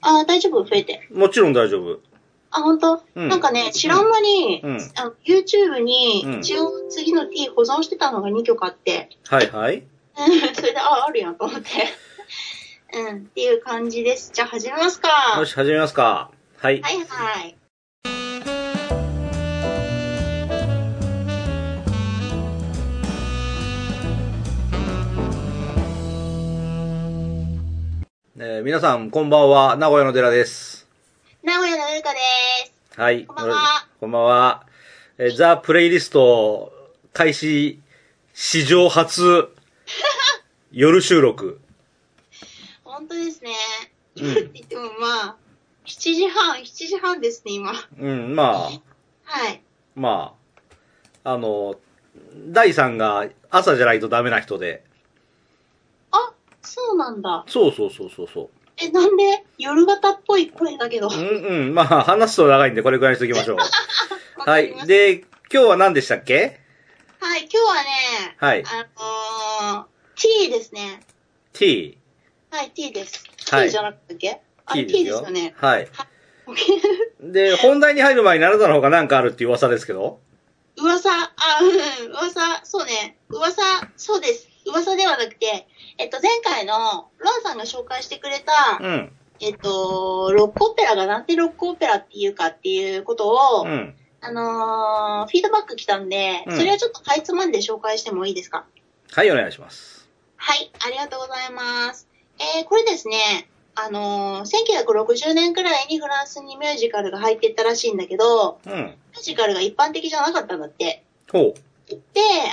あー、大丈夫増えて。もちろん大丈夫。あ、本当、うんなんかね、知らん間に、うんあの YouTube うんに一応次の T 保存してたのが2曲あって、 はいはい。うんそれで、あ、あるやんと思って。 うん、っていう感じです。じゃあ始めますか。よはし、始めますか。はい。いはい。えー皆さん、こんばんは。名古屋の寺です。名古屋のゆうかです。はい。こんばんは。こんばんは。えーザ・プレイリスト開始史 上初夜収録。本当ですね。うん今って言ってもまあ、7時半、7時半ですね、今。うん、まあ、はい。まあ、あの、第3が朝じゃないとダメな人で。あ、そうなんだ。そうそうそうそうそう。え、なんで夜型っぽい声だけど。うんうん。まあ、話すと長いんで、これくらいにしときましょう。 わはかりまい。すで、今日は何でしたっけはい、今日はね、はいあのー、t ですね。 ?t。はい、t です。はい t じゃなくてっけあ t t ですよね。はい。 OK で、本題に入る前にあなたの方が何かあるっていう噂ですけど。噂、あ、うん、噂、そうね。噂、そうです。噂ではなくて、えっと、前回のロンさんが紹介してくれた、うん。えっと、ロックオペラがなんでロックオペラっていうかっていうことを、うん。あのー、フィードバック来たんで、うんそれはちょっとかいつまんで紹介してもいいですかはい、お願いします。はい、ありがとうございます。えー、これですね、あのー、1960年くらいにフランスにミュージカルが入ってったらしいんだけど、うん。ミュージカルが一般的じゃなかったんだって。ほで、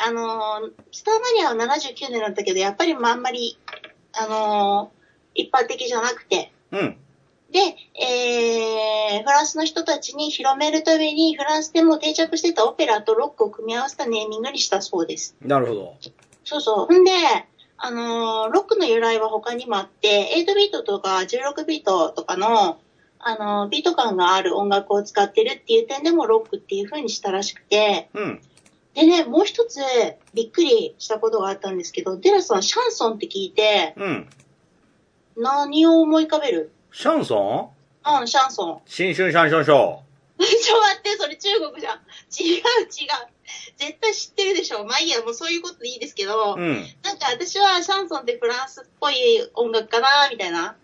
あのー、スターマニアは79年だったけど、やっぱりまああんまり、あのー、一般的じゃなくて、う。うん。で、えー、フランスの人たちに広めるために、フランスでも定着してたオペラとロックを組み合わせたネーミングにしたそうです。なるほど。そうそう。ほんで、あのーロックの由来は他にもあって、8ビートとか16ビートとかの、あのービート感がある音楽を使ってるっていう点でもロックっていう風にしたらしくて、うん。でね、もう一つびっくりしたことがあったんですけど、デラさん、シャンソンって聞いて、うん。何を思い浮かべるシャンソンうん、シャン ソン。新春シャンションシちョょ、待って、それ中国じゃん。違う違う。絶対知ってるでしょ。まあいいや、もうそういうことでいいですけど、ー。うん。なんか私はシャンソンってフランスっぽい音楽かな、みたいな。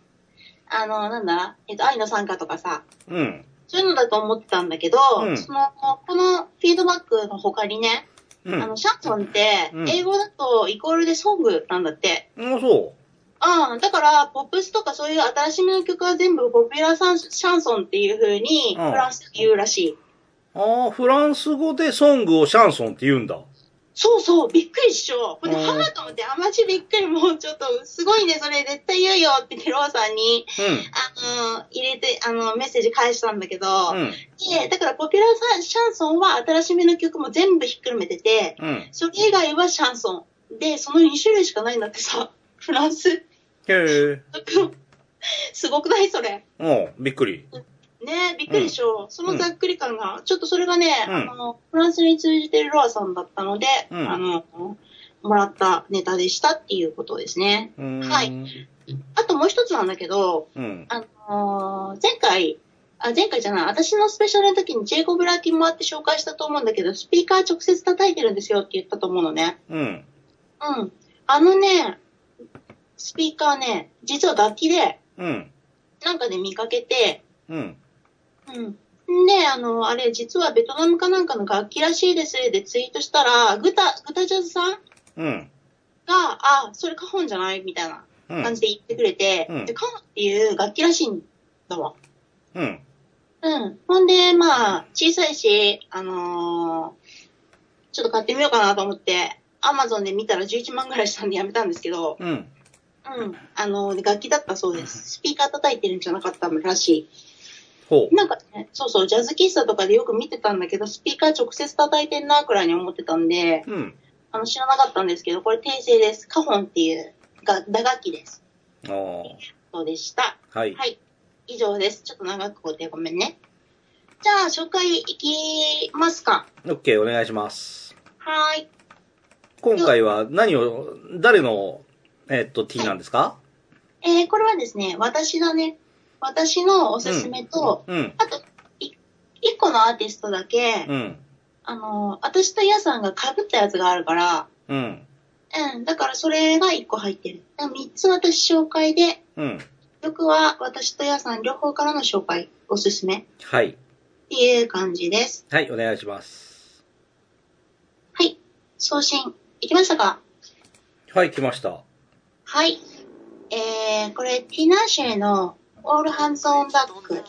あの、なんだ、えっと、愛の参加とかさ、うん。そういうのだと思ってたんだけど、うんその、このフィードバックの他にね、うあん。の、シャンソンってうん、英語だとイコールでソングなんだって。もうそああ、だから、ポップスとかそういう新しめの曲は全部ポピュラーサンシャンソンっていう風に、フうんランスで言うらしい。う。ああ、フランス語でソングをシャンソンって言うんだ。そうそう、びっくりっしょ。ほんで、うんはぁと思って、あまちびっくり、もうちょっと、すごいね、それ絶対言うよって、テローさんに、あのー入れて、あの、メッセージ返したんだけど、うん。うん。で、だから、ポピュラーさシャンソンは新しめの曲も全部ひっくるめてて、うん。へそれ以外はシャンソン。で、その2種類しかないんだってさ、フランス。え。すごくないそれ。うん。びっくり。ねびっくりっしょ、そのざっくり感が、ちょっとそれがね、うんあの、フランスに通じてるロアさんだったので、うんあの、もらったネタでしたっていうことですね。うーん。はいあともう一つなんだけど、うん。あのー前回、あ、前回じゃない、私のスペシャルの時にジェイコブ・ラーキンもあって紹介したと思うんだけど、スピーカー直接叩いてるんですよって言ったと思うのね。うん。うん。あのね、スピーカーね、実は楽器で、うん。なんかで見かけて、うん。うん。で、あの、あれ、実はベトナムかなんかの楽器らしいですでツイートしたら、グタ、グタジャズさんが、うん。あ、それカホンじゃないみたいなうん。感じで言ってくれて、うんでカホンっていう楽器らしいんだわ。うん。うん。ほんで、まあ、小さいし、あのーちょっと買ってみようかなと思って、アマゾンで見たら11万ぐらいしたんでやめたんですけど、うん。うん。あのー楽器だったそうです。スピーカー叩いてるんじゃなかったらしい。ほなんかね、そうそう、ジャズ喫茶とかでよく見てたんだけど、スピーカー直接叩いてんな、くらいに思ってたんで、う。うん。あの、知らなかったんですけど、これ訂正です。カホンっていう、が、打楽器です。ああ。そうでした。はい。はい。以上です。ちょっと長くこうてごめんね。じゃあ、紹介いきますか。オッケー、お願いします。はーい。今回は何を、誰の、えっと、T なんですかえー、これはですね、私だね。私のおすすめと、うん。あと、い一個のアーティストだけ、うん。あの、私とヤさんが被ったやつがあるから、うん。うん、だからそれが一個入ってる。だから三つ私紹介で、うん。曲は私とヤさん両方からの紹介、おすすめっはい。ていう感じです。はい、お願いします。はい。送信、いきましたかはい、来ました。はい。えー、これ、ティナーシェのオールハンズオンバック。うん。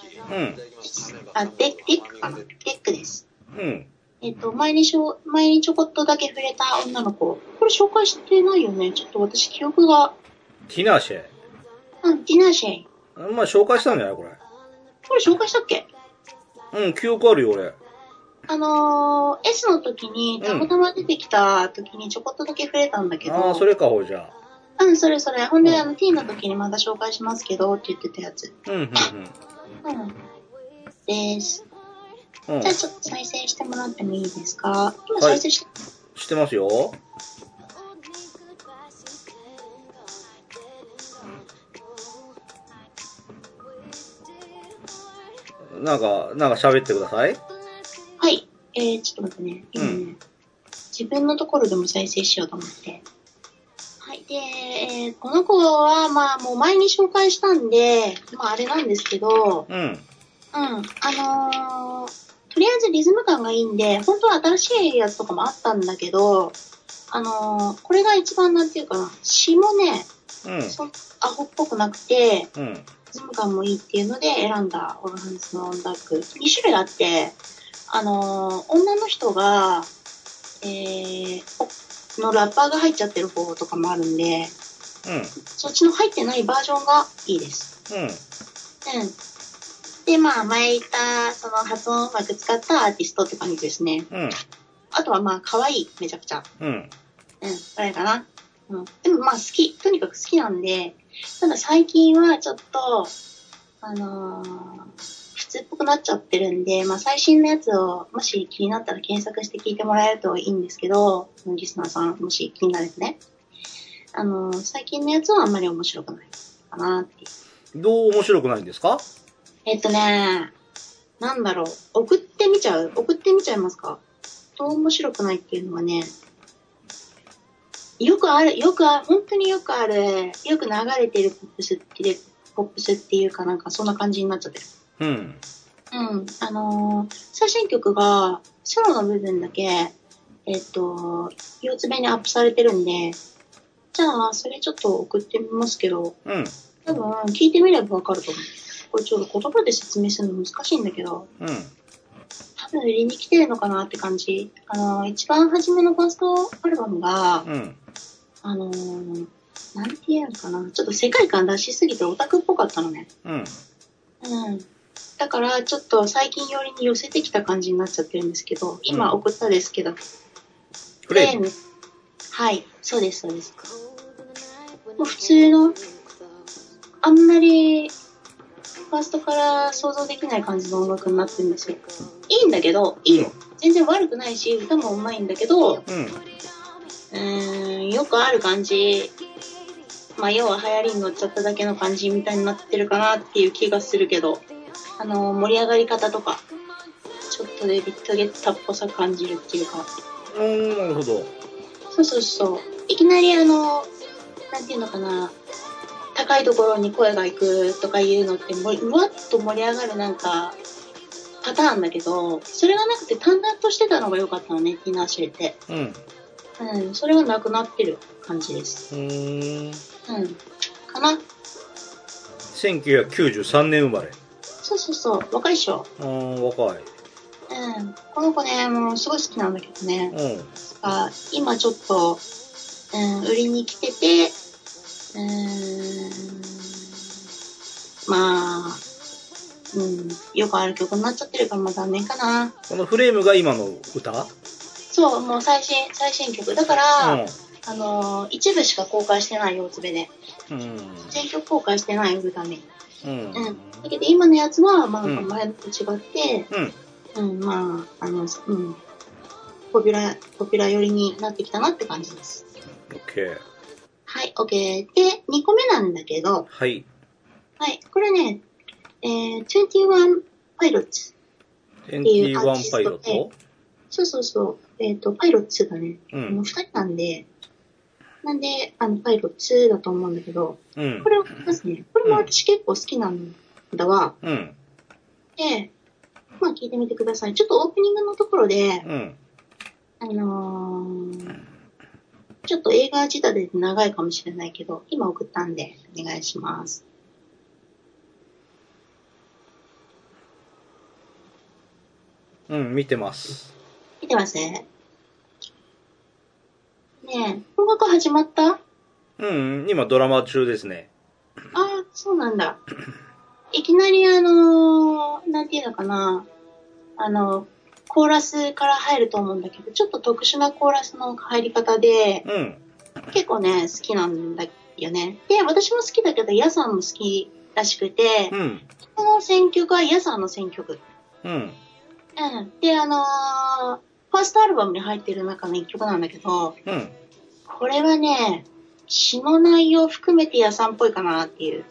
あ、デック、デックかなデックです。うん。えっと、前にしょ、前にちょこっとだけ触れた女の子。これ紹介してないよね。ちょっと私記憶が。ティナーシェ。うん、ディナーシェイ。まあ、紹介したんじゃないこれ。これ紹介したっけうん、記憶あるよ、俺。あのー、S の時に、たまたま出てきた時にちょこっとだけ触れたんだけど。ああ、それか、ほいじゃあ。うん、それそれ。ほんうで、んあの、T の時にまた紹介しますけど、って言ってたやつ。うん、ううん、ん。です。うん。うんじゃあ。ちょっと再生してもらってもいいですか今再生して、知ってますよ。なんか、なんか喋ってください。はい。えー、ちょっと待ってね。今ね、う自分のところでも再生しようと思って。はい。で、えーこの子は、まあ、もう前に紹介したんで、まあ、あれなんですけど、うん。うん。あのーとりあえずリズム感がいいんで、本当は新しいやつとかもあったんだけど、あのーこれが一番なんていうかな、詞もね、うん。そんアホっぽくなくて、うん。ズーム感もいいっていうので選んだオルハンズのオンダック。2種類あって、あのー女の人が、えー、おのラッパーが入っちゃってる方とかもあるんで、うん。そっちの入ってないバージョンがいいです。うん。うん。で、まあ、前言った、その発音をうまく使ったアーティストって感じですね。うん。あとはまあ、可愛い、めちゃくちゃ。うん。うん、これかな。うん。でもまあ好き。とにかく好きなんで、ただ最近はちょっと、あのー普通っぽくなっちゃってるんで、まあ最新のやつを、もし気になったら検索して聞いてもらえるといいんですけど、リスナーさん、もし気になるとね。あのー最近のやつはあんまり面白くないかなっていう。どう面白くないんですかえっとね、なんだろう。送ってみちゃう送ってみちゃいますかどう面白くないっていうのはね、よくある、よくあ本当によくある、よく流れてるポップスってで、ポップスっていうかなんかそんな感じになっちゃってる。うん。うん。あのー最新曲が、ソロの部分だけ、えっと、四つ目にアップされてるんで、じゃあ、それちょっと送ってみますけど、うん。多分、聞いてみればわかると思う。これちょっと言葉で説明するの難しいんだけど、うん。多分売りに来てるのかなって感じ。あの、一番初めのファーストアルバムが、うん。あのーなんて言うのかな、ちょっと世界観出しすぎてオタクっぽかったのね。うん。うん。だから、ちょっと最近寄りに寄せてきた感じになっちゃってるんですけど、今うん送ったですけど、フレーム。ではい、そうです、そうです。もう普通の、あんまり、ファーストから想像できない感じの音楽になってるんですよ。いいんだけど、いいよ。全然悪くないし、歌もうまいんだけど、うん。うーん、よくある感じ。まあ、要は流行りに乗っちゃっただけの感じみたいになってるかなっていう気がするけど、あの、盛り上がり方とか、ちょっとデビットゲッタっぽさ感じるっていうか、うん、なるほど。そうそうそう。いきなりあの、なんていうのかな、高いところに声が行くとかいうのって、もうわっと盛り上がるなんか、パターンだけど、それがなくて淡々としてたのが良かったのね、ティナーシェって。うん。うん、それがなくなってる感じです。うん。うん。かな1993年生まれ。そうそうそう。若いっしょ。うん、若うい。ん。この子ね、もうすごい好きなんだけどね。うん。あ今ちょっと、うん、売りに来てて、うーん、まあ、うん、よくある曲になっちゃってるからまあ残念かな。このフレームが今の歌そう、もう最新、最新曲。だから、うあの、一部しか公開してないよ、つべで。ん。全曲公開してないよ、歌ね。うん。うん。だけど今のやつは、まあ、うん前と違って、うん。うん、まあ、あの、うん、ポピュラ、ポピュラ寄りになってきたなって感じです。オッケー。はい、OK。で、2個目なんだけど、はい。はい、これね、 21パイロッツ。 21パイロッっていうトそうそうそう。えっ、と、パイロッツがね、う。もうん二人なんで、なんで、あの、パイロッツだと思うんだけど、うんこ。れをますね。これも私結構好きなんだわ。うん。で、まあ聞いてみてください。ちょっとオープニングのところで、うん。あのーちょっと映画仕立てで長いかもしれないけど、今送ったんで、お願いします。うん、見てます。見てますねねえ、音楽始まったあうん、今ドラマ中ですね。あ、そうなんだ。いきなりあのーなんていうのかな、あの、コーラスから入ると思うんだけど、ちょっと特殊なコーラスの入り方で、うん。結構ね、好きなんだよね。で、私も好きだけど、ヤさんも好きらしくてう、ん。この選曲はヤさんの選曲。うん。うん。で、あのーファーストアルバムに入ってる中の一曲なんだけど、うん。これはね、詩の内容含めてヤさんっぽいかなっていう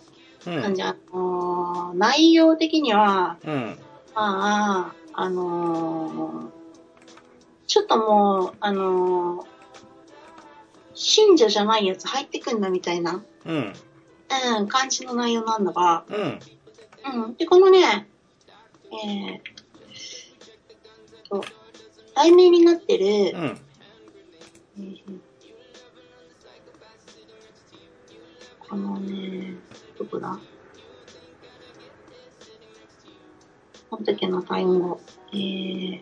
う感ん。じ。あのー内容的には、うん。まあ、あのーちょっともう、あのー信者じゃないやつ入ってくんだみたいな、うん。うん、感じの内容なんだが、うん。うん。で、このね、えー、と、題名になってる、うん。うんこのね、どこだこの時のタイム語。えー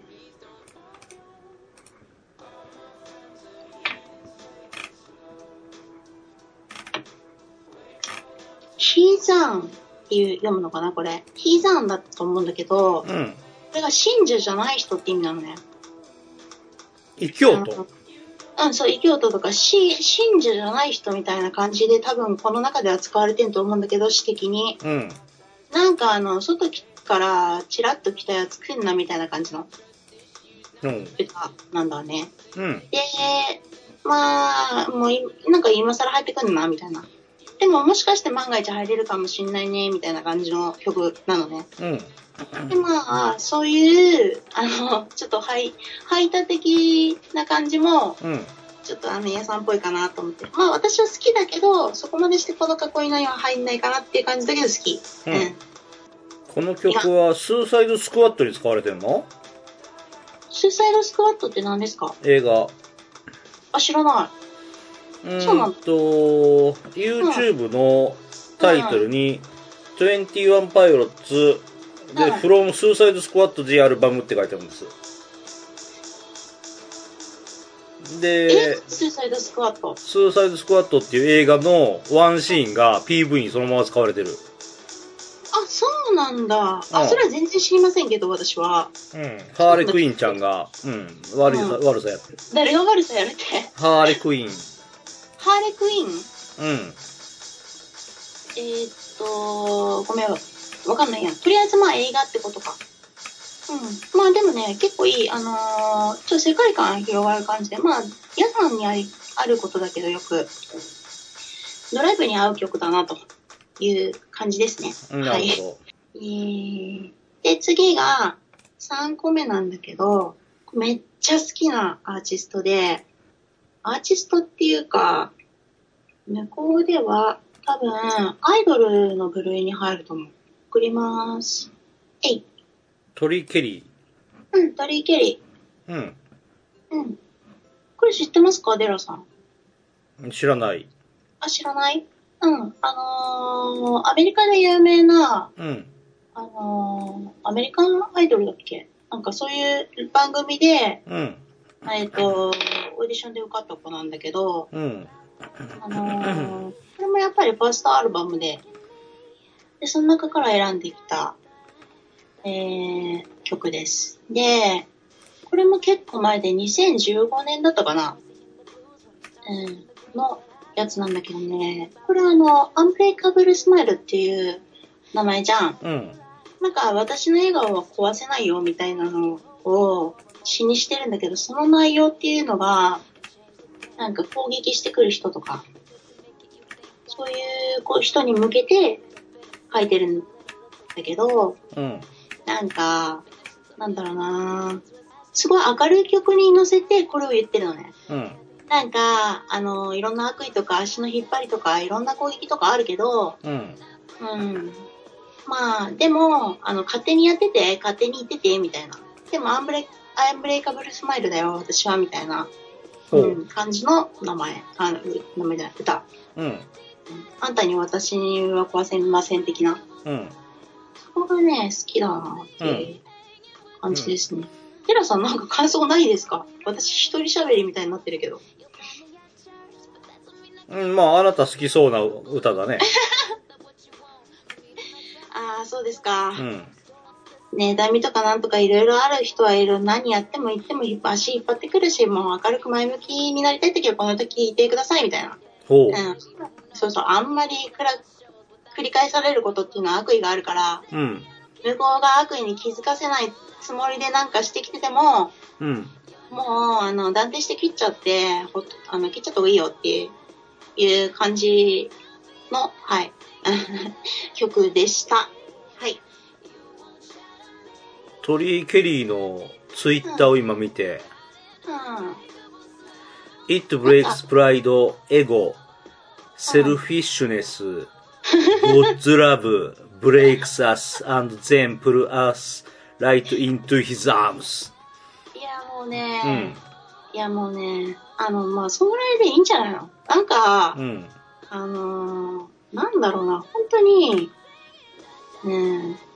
ヒーザンっていう読むのかなこれ。ヒーザンだったと思うんだけど、うん。これが信者じゃない人って意味なのね。異教徒。うん、そう、異教徒とか、し信者じゃない人みたいな感じで、多分この中では使われてると思うんだけど、私的に。うん。なんか、あの、外からチラッと来たやつ来んなみたいな感じのうん。歌なんだね。うん。で、まあ、もうい、なんか今更入ってくんな、みたいな。でも、もしかして万が一入れるかもしんないね、みたいな感じの曲なのね。うん。で、まあ、そういう、あの、ちょっと排、排他的な感じも、うん。ちょっとあの、屋さんっぽいかなと思って。まあ私は好きだけど、そこまでしてこの囲いの絵は入んないかなっていう感じだけど好き。ううんん。この曲はスーサイドスクワットに使われてるのスーサイドスクワットって何ですか映画。あ、知らなうそうなのーんと、YouTube のタイトルに、21パイロッツで、うん from Suicide Squad the Album って書いてあるんです。い。えで、スーサイドスクワット。スーサイドスクワットっていう映画のワンシーンが PV にそのまま使われてる。あ、そうなんだ。うんあ、それは全然知りませんけど、私は。うん。ハーレクイーンちゃんが、うん、悪いさ、う悪さやってる。誰が悪さやるって。ハーレクイーン。ハーレクイーンうん。えーっと、ごめん、わかんないやとりあえずまあ映画ってことか。うん。まあでもね、結構いい、あのーちょっと世界観広がる感じで、まあ、皆さんにありあることだけどよく、ドライブに合う曲だなという感じですね。なるほえーで、次が3個目なんだけど、めっちゃ好きなアーティストで、アーティストっていうか、向こうでは多分アイドルの部類に入ると思う。送ります。えい。ど。トリケリうん、ダリー・ケリー。ー。うん。これ知ってますかデラさん。うん。知らない。あ、知らないうん。あのーアメリカで有名なうん。あのーアメリカンアイドルだっけなんかそういう番組で、うん。えっ、と、オーディションで受かった子なんだけど、うん。あのーこれもやっぱりファーストアルバムで、で、その中から選んできた、えー、曲です。で、これも結構前で2015年だったかなうん、のやつなんだけどね、これあの、アンブレイカブルスマイルっていう名前じゃん。うん。なんか私の笑顔は壊せないよみたいなのを詩にしてるんだけど、その内容っていうのが、なんか攻撃してくる人とか、そういうこう人に向けて書いてるだけど、うん。なんか、なんだろうなすごい明るい曲に乗せてこれを言ってるのね。うん。なんか、あの、いろんな悪意とか足の引っ張りとかいろんな攻撃とかあるけど、うん。うん。まあ、でも、あの、勝手にやってて、勝手に言ってて、みたいな。でも、アンブレ、アンブレイカブルスマイルだよ、私は、みたいな、ほうう。ん、感じの名前、あの、名前じゃなくて歌。うん。うんあんたに私は壊せません的な。うん。そこがね、好きだなっていう感じですね。テラさんなんか感想ないですか私一人喋りみたいになってるけど。うん、まあ、あなた好きそうな歌だね。ああ、そうですか。うん。ねえ、ダミとかなんとかいろいろある人はいろ何やっても言っても引っ張足引っ張ってくるし、もう明るく前向きになりたい時はこの歌聞いてくださいみたいな。ほう。。うんそうそう、あんまりくら繰り返されることっていうのは悪意があるから、うん。向こうが悪意に気づかせないつもりでなんかしてきてても、うん。もう、あの、断定して切っちゃって、ほっとあの、切っちゃった方がいいよっていういう感じの、はい、 曲でした。はい。トリー・ケリーのツイッターを今見て、うん。 It breaks pride, ego, selfishness, God's love breaks us and then pull us right into his arms. いや、もうね、ういん。やもうね、あの、まあ、そんぐらいでいいんじゃないのなんか、うん。あのーなんだろうな、本当に、ねえ、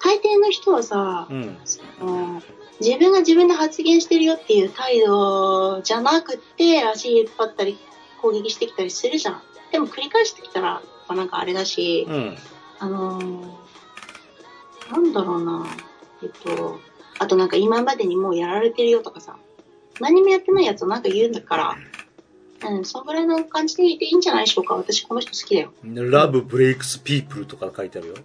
大抵の人はさ、うん。その自分が自分で発言してるよっていう態度じゃなくって、足引っ張ったり、攻撃してきたりするじゃん。でも繰り返してきたら、やっぱなんかあれだし、うん。あのーなんだろうな、えっと、あとなんか今までにもうやられてるよとかさ、何もやってないやつをなんか言うんだから、うん、そんぐらいの感じでいていいんじゃないでしょうか。私この人好きだよ。 Love breaks people とか書いてあるよ。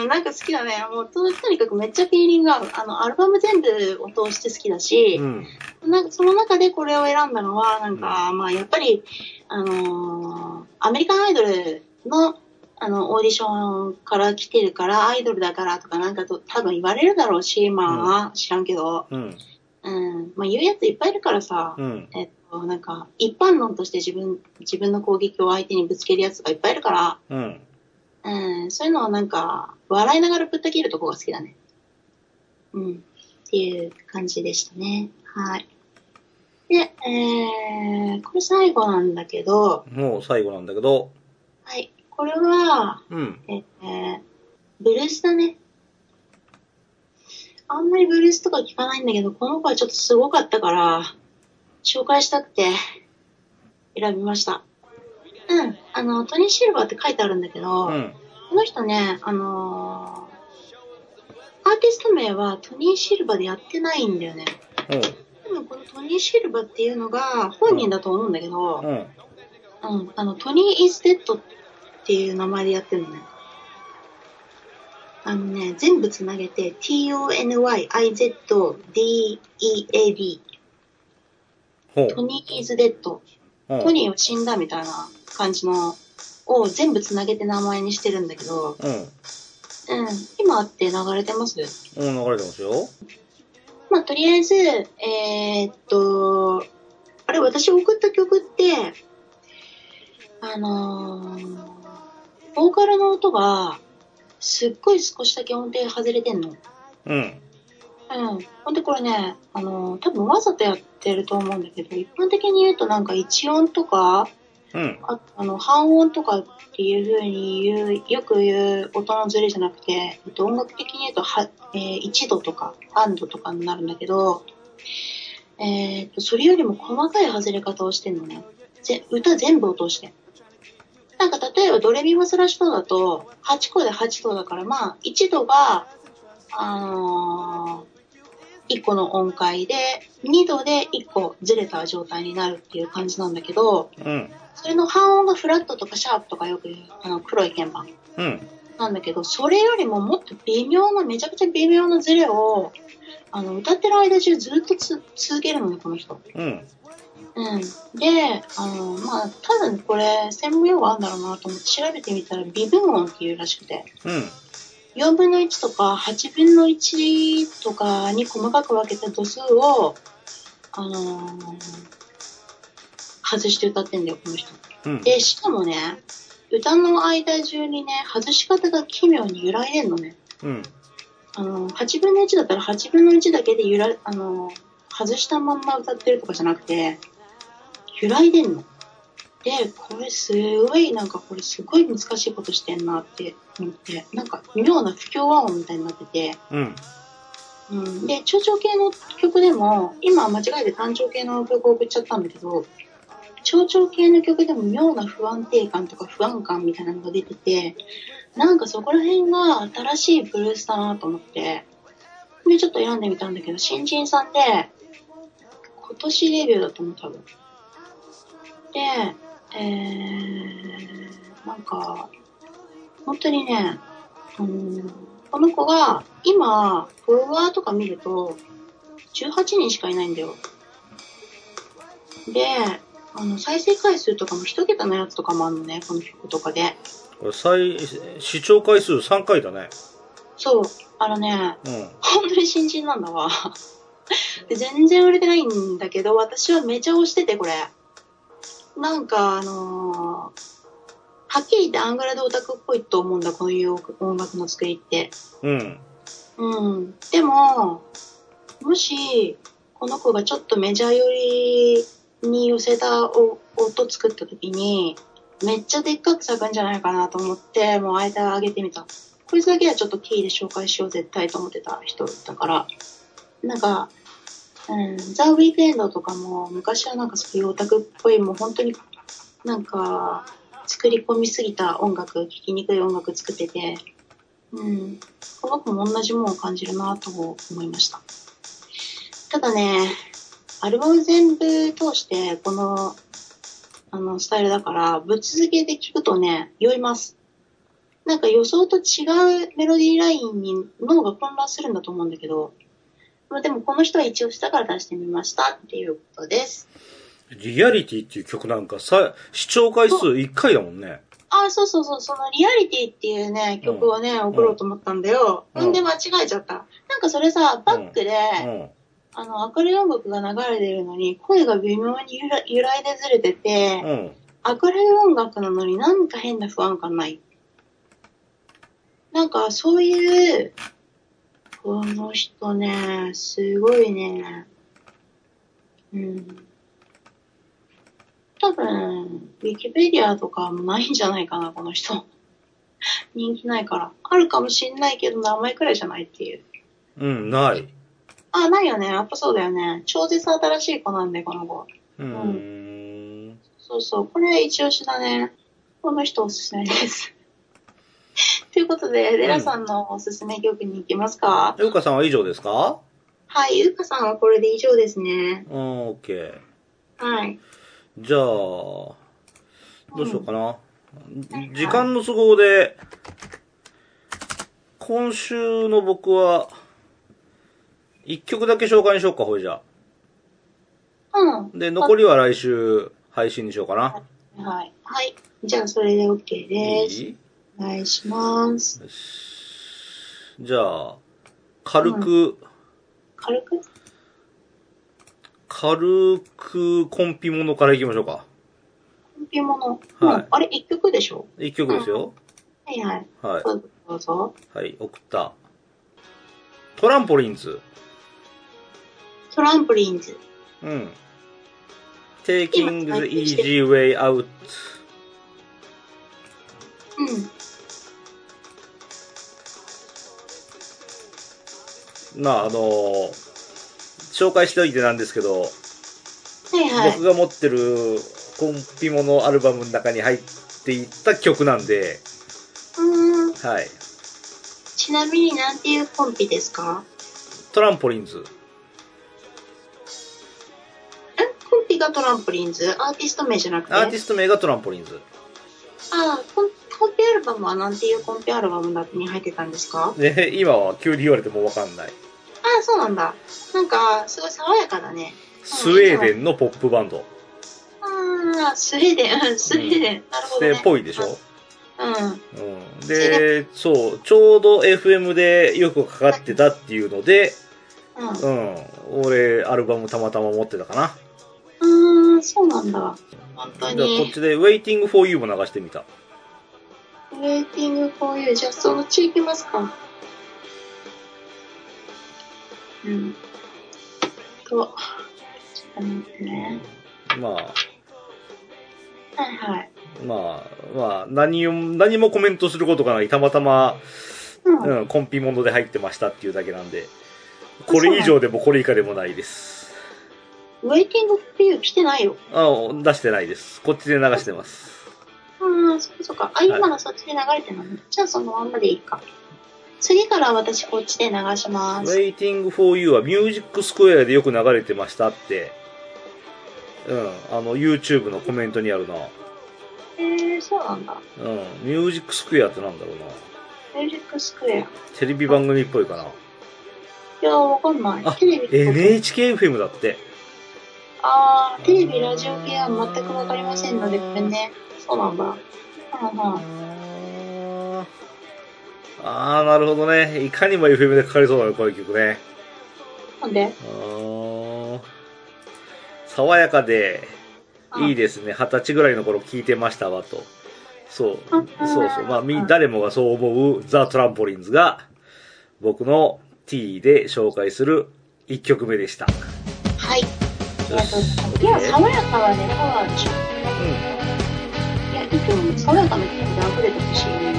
うん、なんか好きだね。もうととにかくめっちゃフィーリング合う。あの、アルバム全部を通して好きだうし、ん。なんかその中でこれを選んだのは、なんか、まあやっぱり、あのーアメリカンアイドルの、あの、オーディションから来てるから、アイドルだからとかなんかと多分言われるだろうし、まあ、知らんけど、うん。うん、まあ言うやついっぱいいるからさ、うん。えっと、なんか、一般論として自分、自分の攻撃を相手にぶつけるやつがいっぱいいるから、うん。うん、そういうのをなんか、笑いながらぶった切るとこが好きだね。うん。っていう感じでしたね。はい。で、えー、これ最後なんだけど、もう最後なんだけど、はい。これは、うん。えー、ブルースだね。あんまりブルースとか聞かないんだけど、この子はちょっとすごかったから、紹介したくて、選びました。うん。あの、トニー・シルバーって書いてあるんだけど、うん。この人ね、あのーアーティスト名はトニー・シルバでやってないんだよね。多分このトニー・シルバっていうのが本人だと思うんだけど、うん。ううん。ん、あの、トニー・イズ・デッドっていう名前でやってるのね。あのね、全部つなげて T-O-N-Y-I-Z-D-E-A-D ほうト。ニー・イズ・デッド。うんトニーは死んだみたいな感じのを全部つなげて名前にしてるんだけど、うん、今って流れてますうん。うん、流れてますよ。まあ、とりあえず、えーっと、あれ、私送った曲って、あのーボーカルの音が、すっごい少しだけ音程外れてんの。うん。うん。ほんでこれね、あのー多分わざとやってると思うんだけど、一般的に言うとなんか一音とか、うん。ああの、半音とかっていう風に言う、よく言う音のズレじゃなくて、えっと、音楽的に言うと、は、えー、1度とか、半度とかになるんだけど、えーっと、それよりも細かい外れ方をしてんのね。ぜ歌全部落として。なんか、例えば、ドレミファスラシドだと、8個で8度だから、まあ、1度が、あのー、1個の音階で、2度で1個ずれた状態になるっていう感じなんだけど、うん。それの半音がフラットとかシャープとかよく言う、あの、黒い鍵盤うん。なんだけど、それよりももっと微妙な、めちゃくちゃ微妙なズレを、あの、歌ってる間中ずっとつ続けるのね、この人。うん。うん。で、あの、まあ、多分これ、専門用語あるんだろうなと思って調べてみたら、微分音っていうらしくて、うん。 4分の1とか8分の1とかに細かく分けた度数を、あのー外して歌ってんだよ、この人。うん。で、しかもね、歌の間中にね、外し方が奇妙に揺らいでんのね。うん。あの、8分の1だったら8分の1だけで揺ら、あの、外したまんま歌ってるとかじゃなくて、揺らいでんの。で、これすごい、なんかこれすごい難しいことしてんなって思って、なんか妙な不協和音みたいになってて、うん。うん。で、中長系の曲でも、今間違えて単調系の曲を送っちゃったんだけど、長調系の曲でも妙な不安定感とか不安感みたいなのが出てて、なんかそこら辺が新しいブルースだなと思って、で、ちょっと選んでみたんだけど、新人さんで、今年デビューだと思う、多分。で、えー、なんか、本当にね、うん、この子が、今、フォロワーとか見ると、18人しかいないんだよ。で、あの、再生回数とかも一桁のやつとかもあるのね、この曲とかで。これ、最、視聴回数3回だね。そう、あのね、うん。本当に新人なんだわ。 で全然売れてないんだけど、私はめちゃ推してて、これ。なんか、あのーはっきり言ってアングラでオタクっぽいと思うんだ、こういう音楽の作りって。うん。うん。でも、もし、この子がちょっとメジャー寄りに寄せたお音作った時に、めっちゃでっかく咲くんじゃないかなと思って、もう間上げてみた。こいつだけはちょっとキーで紹介しよう絶対と思ってた人だから。なんか、うん、ザ・ウィークエンドとかも昔はなんかそういうオタクっぽい、もう本当になんか作り込みすぎた音楽、聴きにくい音楽作ってて、うん、この子も同じものを感じるなと思いました。ただね、アルバム全部通して、この、あの、スタイルだから、ぶっ続けで聞くとね、酔います。なんか予想と違うメロディーラインに脳が混乱するんだと思うんだけど、まあでもこの人は一応したから出してみましたっていうことです。リアリティっていう曲なんかさ、視聴回数1回だもんね。あ、そうそうそう、そのリアリティっていうね、曲をね、送ろうと思ったんだよ。うんんで間違えちゃった。なんかそれさ、バックで、うん。あの、明るい音楽が流れてるのに、声が微妙に揺ら揺らいでずれてて、うん。明るい音楽なのになんか変な不安感ない。なんか、そういう、この人ね、すごいね、うん。多分、ウィキペディアとかもないんじゃないかな、この人。人気ないから。あるかもしんないけど、名前くらいじゃないっていう。うん、ない。あ、ないよね。やっぱそうだよね。超絶新しい子なんで、この子。うーん。そうそう。これ一押しだね。この人おすすめです。 ということで、レラさんのおすすめ曲に行きますか、ゆうかさんは以上ですかはい、ゆうかさんはこれで以上ですね。うん、オッケー。はい。じゃあ、どうしようかな。時間の都合で、今週の僕は、一曲だけ紹介にしようか、ほいじゃ。うん。で、残りは来週配信にしようかな。はい。はい。じゃあ、それで OK いです。いお願いします。じゃあ、軽く、軽く軽くコンピものからいきましょうか。本気物。はいうんあれ、一曲でしょ一曲ですよ。はいはい。はい。どうぞどうぞ。はい、送った。トランポリンズ。トランプリンズ。うん。Taking the easy way out. うん。まあ、あのー紹介しておいてなんですけど、はいはい僕。が持ってるコンピモのアルバムの中に入っていった曲なんで、うーん。はい。ちなみになんていうコンビですかトランポリンえズ。コンピがトランポリンズアーティスト名じゃなくてアーティスト名がトランポリンズ。あーコンコンピアルバムはなんていうコンピアルバムだってに入ってたんですかで、 今は急に言われてもわかんない。ああそうなんだなんかすごい爽やかだねスウェーデンのポップバンド。ああ、スウェーデン、うんスウェーデン。なるほど、ね。っぽいでしょ、うん。うん、で、そう、ちょうど FM でよくかかってたっていうので、ううん、俺、アルバムたまたま持ってたかな。ん。ああ、そうなんだ。本当じゃあこっに。ちで Waiting for You も流してみた。レーティングこういう、じゃあそのうち行きますか。うん。と、ちょっと待ってね。まあ、はいはい。まあ、まあ、何を、何もコメントすることがない。たまたま、うん。うん、コンピモノで入ってましたっていうだけなんで、これ以上でもこれ以下でもないです。ウェイティングフリー来てないよ。あ出してないです。こっちで流してます。うん、そっかそっか。あ、今のそっちで流れてるのね、じゃあそのまんまでいいか。次から私こっちで流します。 Waiting for You はミュージックスクエアでよく流れてましたって、うん、あの、YouTube のコメントにあるな。うん、えー、そうなんだ。ミュージックスクエアってなんだろうな。ミュージックスクエア。いテレビ番組っぽいかな。や、わかんなあい。テレビとか NHKFM だって。あー、テレビ、ラジオ系は全くわかりませんので、ごめんね。そうなんだ。うんうん。あー、なるほどね。いかにも FM でかかりそうだね、こういう曲ね。なんであー爽やかで、いいですね。二十歳ぐらいの頃聞いてましたわ、と。そう。あそうそう。まあ、みう、ん誰もがそう思うザ・トランポリンズが、僕の T で紹介する一曲目でした。はい。ありがとうございます。いよや、し爽やかはね、パワーでしょ。うんいや、いいと思う。爽やかな曲で溢れてほしいね。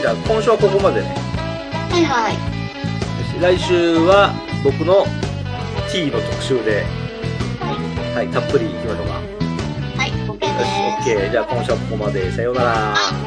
じゃあ今週はここまでねはいはい。来週は僕の T の特集で、はい、たっぷりいきましょうかはい、OK でよしす。 OK じゃあ今週はここまでさようならあ